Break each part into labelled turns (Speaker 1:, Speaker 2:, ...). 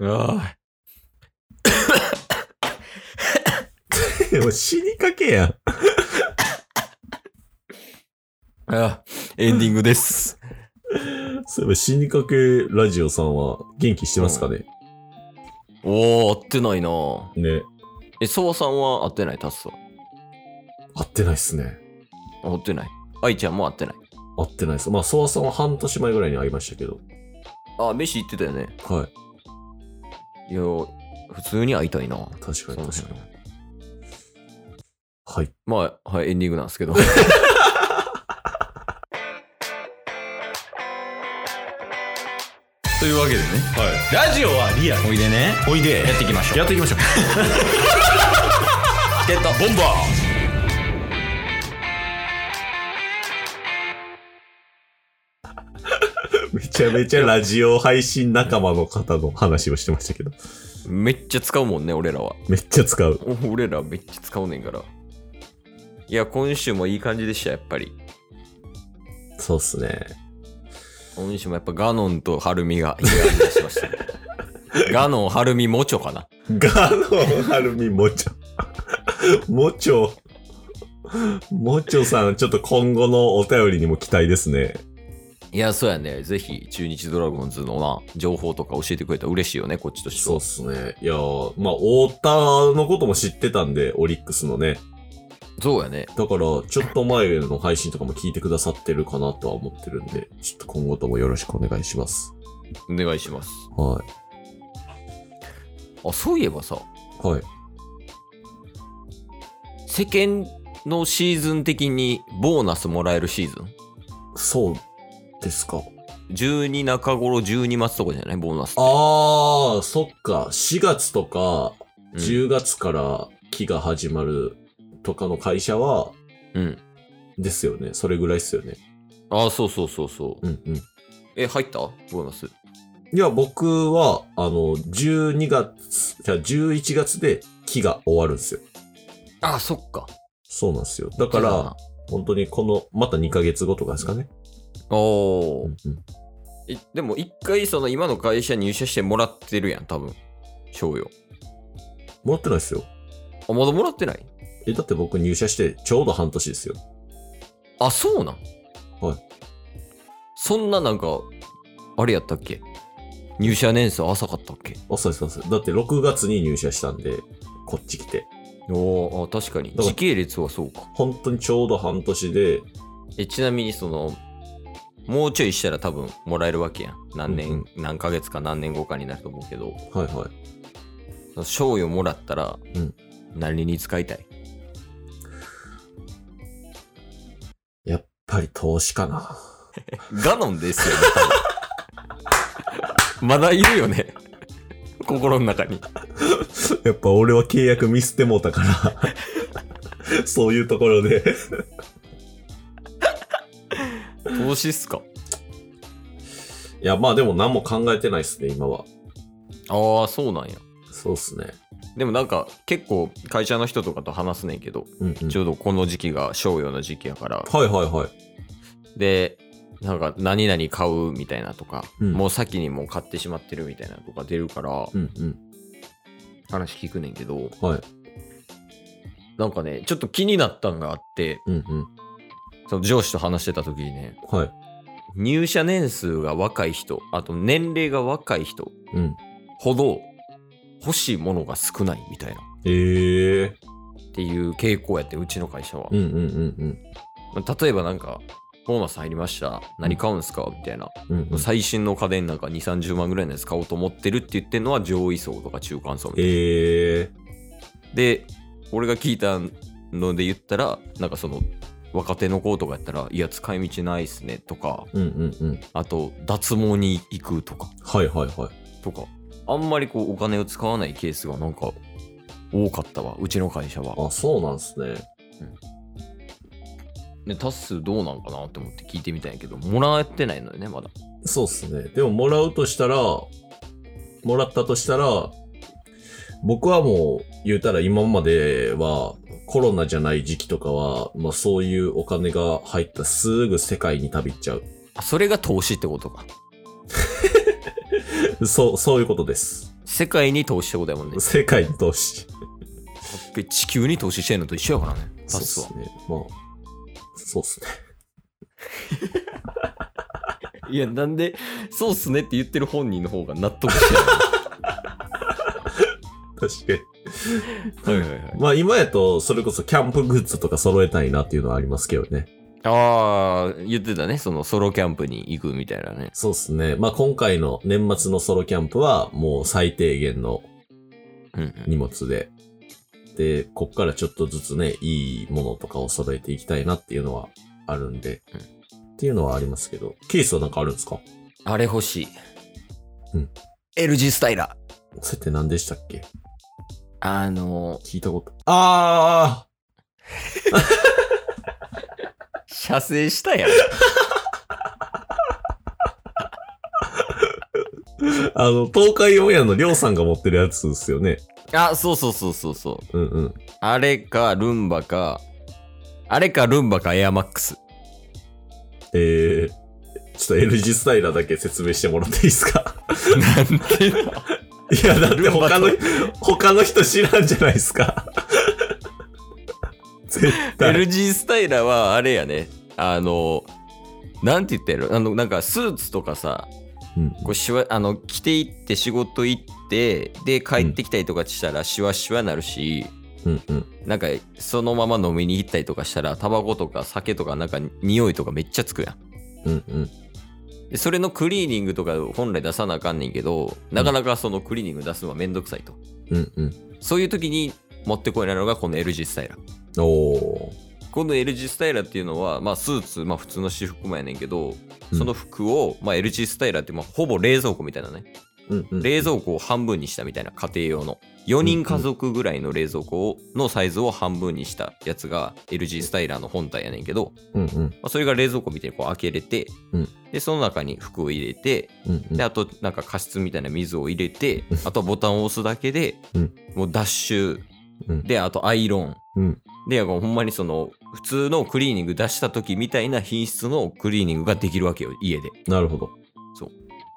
Speaker 1: ああ。でも死にかけやん。
Speaker 2: あ、エンディングです。
Speaker 1: そういえば死にかけラジオさんは元気してますかね、
Speaker 2: おー、合ってないな
Speaker 1: ね。
Speaker 2: え、ソワさんは合ってない、タスは。
Speaker 1: 会ってないっすね。
Speaker 2: 合ってない。愛ちゃんも合ってない。
Speaker 1: 会ってないっす。まあ、ソワさんは半年前ぐらいに会いましたけど。
Speaker 2: あ、飯行ってたよね。
Speaker 1: はい。
Speaker 2: いや、普通に会いたいな。
Speaker 1: 確か
Speaker 2: そう
Speaker 1: に
Speaker 2: です
Speaker 1: 確
Speaker 2: ね
Speaker 1: かに。はい。
Speaker 2: まあ、はい、エンディングなんで すけど。
Speaker 3: というわけでね、ラジオはリアおいでねおいでやっていきましょうやっていきましょう
Speaker 2: ゲット
Speaker 3: ボンバ
Speaker 1: めちゃめちゃラジオ配信仲間の方の話をしてましたけど。
Speaker 2: めっちゃ使うもんね、俺らは。
Speaker 1: めっちゃ使う。
Speaker 2: お俺らめっちゃ使うねんから。いや、今週もいい感じでした、やっぱり。
Speaker 1: そうっすね。
Speaker 2: 今週もやっぱガノンとハルミが被害に出しま したね。ガノン、ハルミ、モチョかな。
Speaker 1: ガノン、ハルミ、モチョ。モチョ。モチョさん、ちょっと今後のお便りにも期待ですね。
Speaker 2: いや、そうやね。ぜひ、中日ドラゴンズのな、情報とか教えてくれたら嬉しいよね、こっちとして
Speaker 1: そう
Speaker 2: は。
Speaker 1: っすね。いやーまあ、太田のことも知ってたんで、オリックスのね。
Speaker 2: そうやね。
Speaker 1: だから、ちょっと前の配信とかも聞いてくださってるかなとは思ってるんで、ちょっと今後ともよろしくお願いします。
Speaker 2: お願いします。
Speaker 1: は
Speaker 2: あ、そういえばさ、
Speaker 1: い。はい。
Speaker 2: 世間のシーズン的にボーナスもらえるシーズン
Speaker 1: そうですか。
Speaker 2: 12中頃12末とかじゃないボーナスって
Speaker 1: あー、そっか。4月とか、
Speaker 2: うん
Speaker 1: 10月から期が始まるとかの会社は、
Speaker 2: うん
Speaker 1: ですよね。それぐらいっすよね。
Speaker 2: ああそうそうそうそう、
Speaker 1: うんうん。
Speaker 2: え入ったボーナス
Speaker 1: いや、僕は、あの、12月、じゃあ11月で期が終わるんですよ。
Speaker 2: ああそっか
Speaker 1: そうなんですよ。だから、本当にこの、また2ヶ月後とかですかね。
Speaker 2: おおー
Speaker 1: うんうん
Speaker 2: えでも一回その今の会社入社してもらってるやん多分賞与
Speaker 1: もらってないですよ。
Speaker 2: あまだもらってない
Speaker 1: え、だって僕入社してちょうど半年ですよ。
Speaker 2: あそうなん
Speaker 1: はい
Speaker 2: そんななんかあれやったっけ入社年数浅かったっけ
Speaker 1: あ、そうです、そうです。だって6月に入社したんで、こっち来て。
Speaker 2: おお確かに
Speaker 1: から
Speaker 2: 時系列はそうか
Speaker 1: 本当にちょうど半年で、
Speaker 2: えちなみにそのもうちょいしたら多分もらえるわけやん何年、
Speaker 1: うん
Speaker 2: 何ヶ月か何年後かになると思うけど
Speaker 1: はいはい。
Speaker 2: その賞与もらったら、
Speaker 1: うん
Speaker 2: 何に使いたい
Speaker 1: やっぱり投資かな。
Speaker 2: ガノンですよ、ね、多分まだいるよね心の中に
Speaker 1: やっぱ俺は契約ミスってもうたから、 そういうところで。
Speaker 2: 投資っすか
Speaker 1: いや、まあでも何も考えてないですね、今は。
Speaker 2: ああそうなんや
Speaker 1: そうっすね。
Speaker 2: でもなんか結構会社の人とかと話すねんけど、
Speaker 1: うん、うん。
Speaker 2: ちょうどこの時期が賞与の時期やから
Speaker 1: はいはいはい。
Speaker 2: でなんか何々買うみたいなとか、
Speaker 1: うん
Speaker 2: もう先にもう買ってしまってるみたいなとか出るから、
Speaker 1: うんうん。
Speaker 2: 話聞くねんけど
Speaker 1: はい。
Speaker 2: なんかねちょっと気になったんがあって
Speaker 1: うんうん。
Speaker 2: その上司と話してた時にね
Speaker 1: はい。
Speaker 2: 入社年数が若い人あと年齢が若い人
Speaker 1: うん。
Speaker 2: ほど欲しいものが少ないみたいな
Speaker 1: ええ
Speaker 2: っていう傾向やってうちの会社は、
Speaker 1: うんうんうん
Speaker 2: まあ例えばなんかボーナス入りました何買うんすかみたいな、
Speaker 1: うん。うんうん、
Speaker 2: 最新の家電なんか2 3 0万ぐらいのやつ買おうと思ってるって言ってるのは上位層とか中間層みたいな
Speaker 1: ええ
Speaker 2: で俺が聞いたので言ったらなんかその若手の子とかやったら「いや使い道ないっすね」とか
Speaker 1: うんうんうん。
Speaker 2: あと脱毛に行くとか
Speaker 1: はいはいはい。
Speaker 2: とかあんまりこうお金を使わないケースがなんか多かったわうちの会社は
Speaker 1: あ、そうなんすね。
Speaker 2: でタッスどうなんかなって思って聞いてみたんやけどもらってないのよねまだ
Speaker 1: そうっすね。でももらうとしたら、もらったとしたら、僕はもう言うたら今まではコロナじゃない時期とかは、まあそういうお金が入ったすぐ世界に旅行っちゃう。
Speaker 2: あそれが投資ってことか
Speaker 1: そう、そういうことです。
Speaker 2: 世界に投資ってことやもんね。
Speaker 1: 世界に投資。
Speaker 2: 地球に投資してんのと一緒やからね。
Speaker 1: そう
Speaker 2: パ
Speaker 1: っ
Speaker 2: スは
Speaker 1: す。ね。まあ、そうっすね。
Speaker 2: いや、なんで、そうっすねって言ってる本人の方が納得してな
Speaker 1: 確かに。
Speaker 2: い。はいはいはい。
Speaker 1: まあ今やと、それこそキャンプグッズとか揃えたいなっていうのはありますけどね。
Speaker 2: ああ、言ってたね。そのソロキャンプに行くみたいなね。
Speaker 1: そうですね。まあ今回の年末のソロキャンプはもう最低限の
Speaker 2: うんうん。
Speaker 1: 荷物で。で、こっからちょっとずつね、いいものとかを揃えていきたいなっていうのはあるんで。
Speaker 2: うん
Speaker 1: っていうのはありますけど。ケースはなんかあるんですか
Speaker 2: あれ欲しい。
Speaker 1: うん。
Speaker 2: LG スタイラー。
Speaker 1: それって何でしたっけ
Speaker 2: あの、
Speaker 1: 聞いたこと。あ
Speaker 2: 射精したやん。
Speaker 1: ああの、東海オンエアのりょうさんが持ってるやつですよね。
Speaker 2: あ、そうそうそうそうそう。
Speaker 1: うんうん。
Speaker 2: あれか、ルンバか、あれか、ルンバか、エアマックス。
Speaker 1: えー、ちょっと LG スタイラーだけ説明してもらっていいですか
Speaker 2: なんでだ
Speaker 1: い や、だって他の
Speaker 2: ルン、
Speaker 1: 他の人知らんじゃないですか。 絶対。
Speaker 2: LG スタイラーはあれやねあのなんて言ったやろあのなんかスーツとかさ
Speaker 1: うん
Speaker 2: こうしわあの着ていって仕事行ってで帰ってきたりとかしたらシワシワなるし、
Speaker 1: うんうん。
Speaker 2: なんかそのまま飲みに行ったりとかしたらタバコとか酒とかなんか匂いとかめっちゃつくやん
Speaker 1: うんうん。
Speaker 2: でそれのクリーニングとか本来出さなあかんねんけどなかなかそのクリーニング出すのはめんどくさいと、
Speaker 1: うんうん。
Speaker 2: そういう時に持ってこいなのがこの LG スタイラー
Speaker 1: おー。
Speaker 2: この LG スタイラーっていうのは、まあ、スーツ、まあ、普通の私服もやねんけど、
Speaker 1: うん
Speaker 2: その服を、まあ、LG スタイラーって、まあ、ほぼ冷蔵庫みたいなね、
Speaker 1: うんうん。
Speaker 2: 冷蔵庫を半分にしたみたいな家庭用の4人家族ぐらいの冷蔵庫をのサイズを半分にしたやつが LG スタイラーの本体やねんけど、
Speaker 1: うんうん。
Speaker 2: まあ、それが冷蔵庫みたいにこう開けれて、
Speaker 1: うん
Speaker 2: でその中に服を入れて
Speaker 1: うんうん
Speaker 2: であとなんか加湿みたいな水を入れてあとはボタンを押すだけで、
Speaker 1: うん
Speaker 2: もうダッシュ
Speaker 1: うん
Speaker 2: であとアイロン
Speaker 1: うん。
Speaker 2: で、ほんまにその、普通のクリーニング出した時みたいな品質のクリーニングができるわけよ、家で。
Speaker 1: なるほど。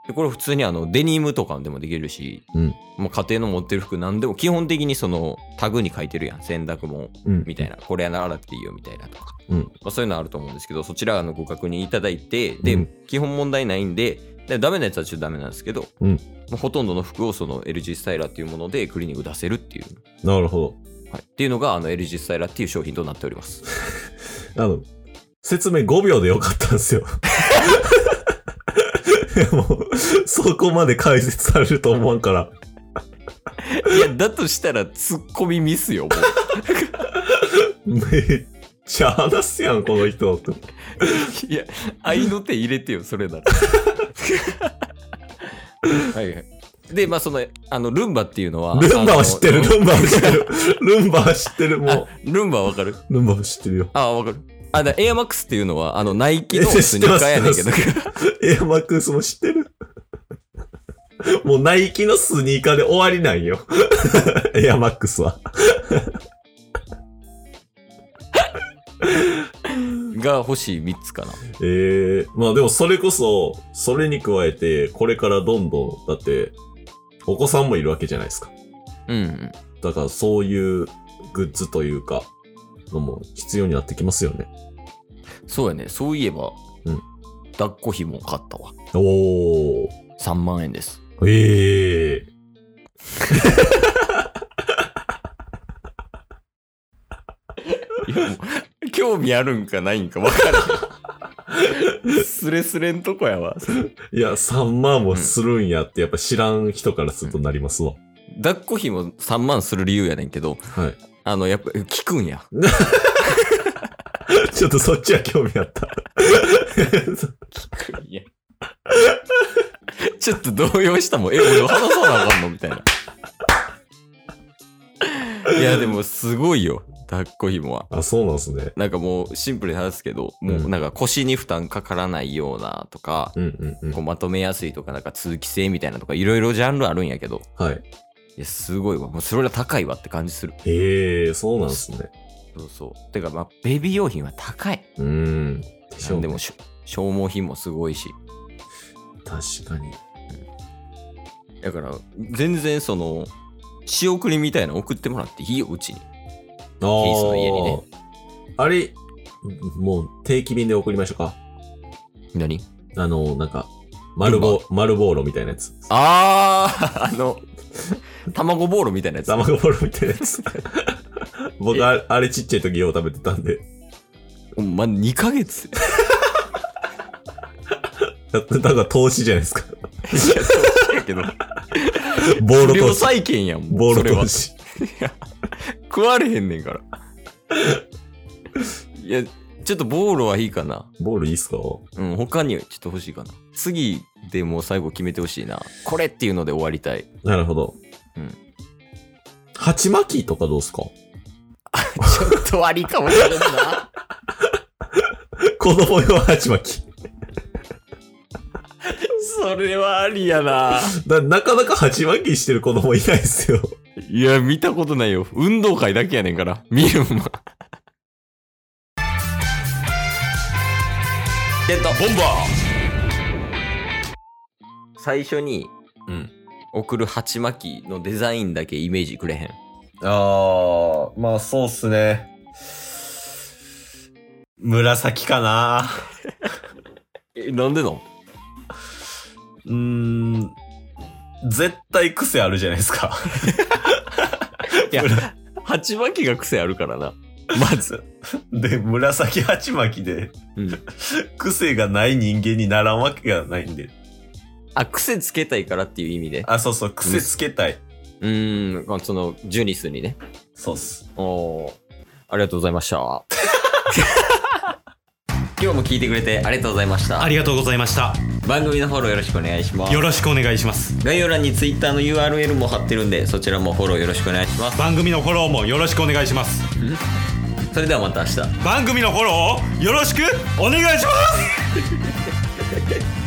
Speaker 2: で、これ普通にあの、デニムとかでもできるし、
Speaker 1: うん
Speaker 2: もう家庭の持ってる服なんでも、基本的にその、タグに書いてるやん、洗濯物
Speaker 1: うん
Speaker 2: みたい。な、これやな洗っていいよみたいなとか、
Speaker 1: うん
Speaker 2: まあ、そういうのあると思うんですけど、そちらあのご確認いただいて、で、
Speaker 1: うん
Speaker 2: 基本問題ないんで、でダメなやつはちょっとダメなんですけど、
Speaker 1: うん
Speaker 2: もうほとんどの服をその LG スタイラーっていうものでクリーニング出せるっていう、
Speaker 1: なるほ
Speaker 2: はい、っていうのがあの LG スタイラーっていう商品となっております。
Speaker 1: ど。あの、説明5秒でよかったんですよ。 いやもう、そこまで解説されると思わんから。
Speaker 2: いや、だとしたらツッコミミスよ、もう。
Speaker 1: めっちゃ話すやん、この人。
Speaker 2: いや、愛の手入れてよ、それなら。はいはい。で、まあ、その、あの、ルンバっていうのは。
Speaker 1: ルンバは知ってる、
Speaker 2: あの
Speaker 1: ルンバは知ってる。ルンバは知ってる、も
Speaker 2: あルンバわかる
Speaker 1: う。ルンバは知ってるよ。
Speaker 2: あ、わかる。あ、だエアマックスっていうのは、あの、ナイキの
Speaker 1: え
Speaker 2: スニーカーやねんけど。
Speaker 1: 知エアマックスも知ってる。 もうナイキのスニーカーで終わりなんよ。 エアマックスは。
Speaker 2: が欲しい3つかな。
Speaker 1: ええまあでもそれこそ、それに加えて、これからどんどん、だって、お子さんもいるわけじゃないですか。
Speaker 2: うんうん。
Speaker 1: だからそういうグッズというか、のも必要になってきますよね。
Speaker 2: そうやね。そういえば、
Speaker 1: うん
Speaker 2: 抱っこひも買ったわ。
Speaker 1: おー。
Speaker 2: 3万円です。
Speaker 1: ええ
Speaker 2: いやもう興味あるんかないんか分からん。スレスレんとこやわ。
Speaker 1: いや、3万もするんやって、やっぱ知らん人からするとなりますわ。
Speaker 2: 抱っこ費も3万する理由やねんけど、
Speaker 1: はい。
Speaker 2: あの、やっぱ、聞くんや。
Speaker 1: ちょっとそっちは興味あった。
Speaker 2: 聞くんや。ちょっと動揺したもん。え、俺話さなあかんのみたいな。いや、でもすごいよ。抱っこ紐は。
Speaker 1: あ、そうなんすね。
Speaker 2: なんかもうシンプルに話すけど、もうなんか腰に負担かからないようなとか、
Speaker 1: うんうんう
Speaker 2: こ
Speaker 1: ん。
Speaker 2: うまとめやすいとか、なんか通気性みたいなとか、いろいろジャンルあるんやけど、
Speaker 1: はい。
Speaker 2: いや、すごいわ。もうそれが高いわって感じする。
Speaker 1: へえ、そうなんすね。
Speaker 2: そうそう。てか、まあ、ベビー用品は高い。
Speaker 1: うーん。でしょうね
Speaker 2: でもしょ消耗品もすごいし。
Speaker 1: 確かに。
Speaker 2: だから、全然その、仕送りみたいなの送ってもらっていいよ、うちに。
Speaker 1: あ
Speaker 2: ケースの家にね
Speaker 1: ーあれ、もう定期便で送りましょうか。
Speaker 2: 何
Speaker 1: あの、なんか、丸棒、丸ボーロみたいなやつ。
Speaker 2: あー、あ の、卵ボールみたいなやつ。
Speaker 1: 卵ボーロみたいなやつ。 僕、あれあれちっちゃい時よう食べてたんで。
Speaker 2: うんまあ、2ヶ 月。
Speaker 1: だって、だから投資じゃないですか。
Speaker 2: い や、そうやけど。
Speaker 1: ボーロ
Speaker 2: 量
Speaker 1: 投資。
Speaker 2: 債権やん。もう
Speaker 1: ボー
Speaker 2: それ
Speaker 1: ロ
Speaker 2: は
Speaker 1: 投資。
Speaker 2: 食われへんねんから。いや、ちょっとボールはいいかな。
Speaker 1: ボールいいっすか
Speaker 2: うん、他にちょっと欲しいかな。次でもう最後決めてほしいな。これっていうので終わりた い。
Speaker 1: なるほど。
Speaker 2: うん。
Speaker 1: 鉢巻きとかどうっすか
Speaker 2: ち ょっと悪いかもしれんな。
Speaker 1: 子供用鉢巻き。
Speaker 2: それはありやな。
Speaker 1: だなかなか鉢巻きしてる子供いないっすよ。
Speaker 2: いや、見たことないよ。運動会だけやねんから。見るもん。ゲット
Speaker 3: ボンバ
Speaker 2: 最初に
Speaker 1: うん。
Speaker 2: 送る鉢巻きのデザインだけイメージくれへん。
Speaker 3: あー、まあそうっすね。紫かな
Speaker 2: え、なんでなん
Speaker 3: うーん。絶対癖あるじゃないです か。
Speaker 2: いや、鉢巻きが癖あるからな。
Speaker 3: まず。で、紫鉢巻きで、
Speaker 2: うん。
Speaker 3: 癖がない人間にならんわけがないんで。
Speaker 2: あ、癖つけたいからっていう意味で。
Speaker 3: あ、そうそう、癖つけたい。
Speaker 2: うーん、その、ジュニスにね。
Speaker 3: そうっす。
Speaker 2: おーありがとうございました。 今日も聞いてくれてありがとうございました。
Speaker 4: りがとうございました
Speaker 2: 番組のフォローよろしくお願いします
Speaker 4: よ。ろしくお願いします
Speaker 2: 概要欄に Twitter の URL も貼ってるんで、そちらもフォローよろしくお願いします。
Speaker 4: 番組のフォローもよろしくお願いします
Speaker 2: それではまた明日。
Speaker 4: 番組のフォローをよろしくお願いします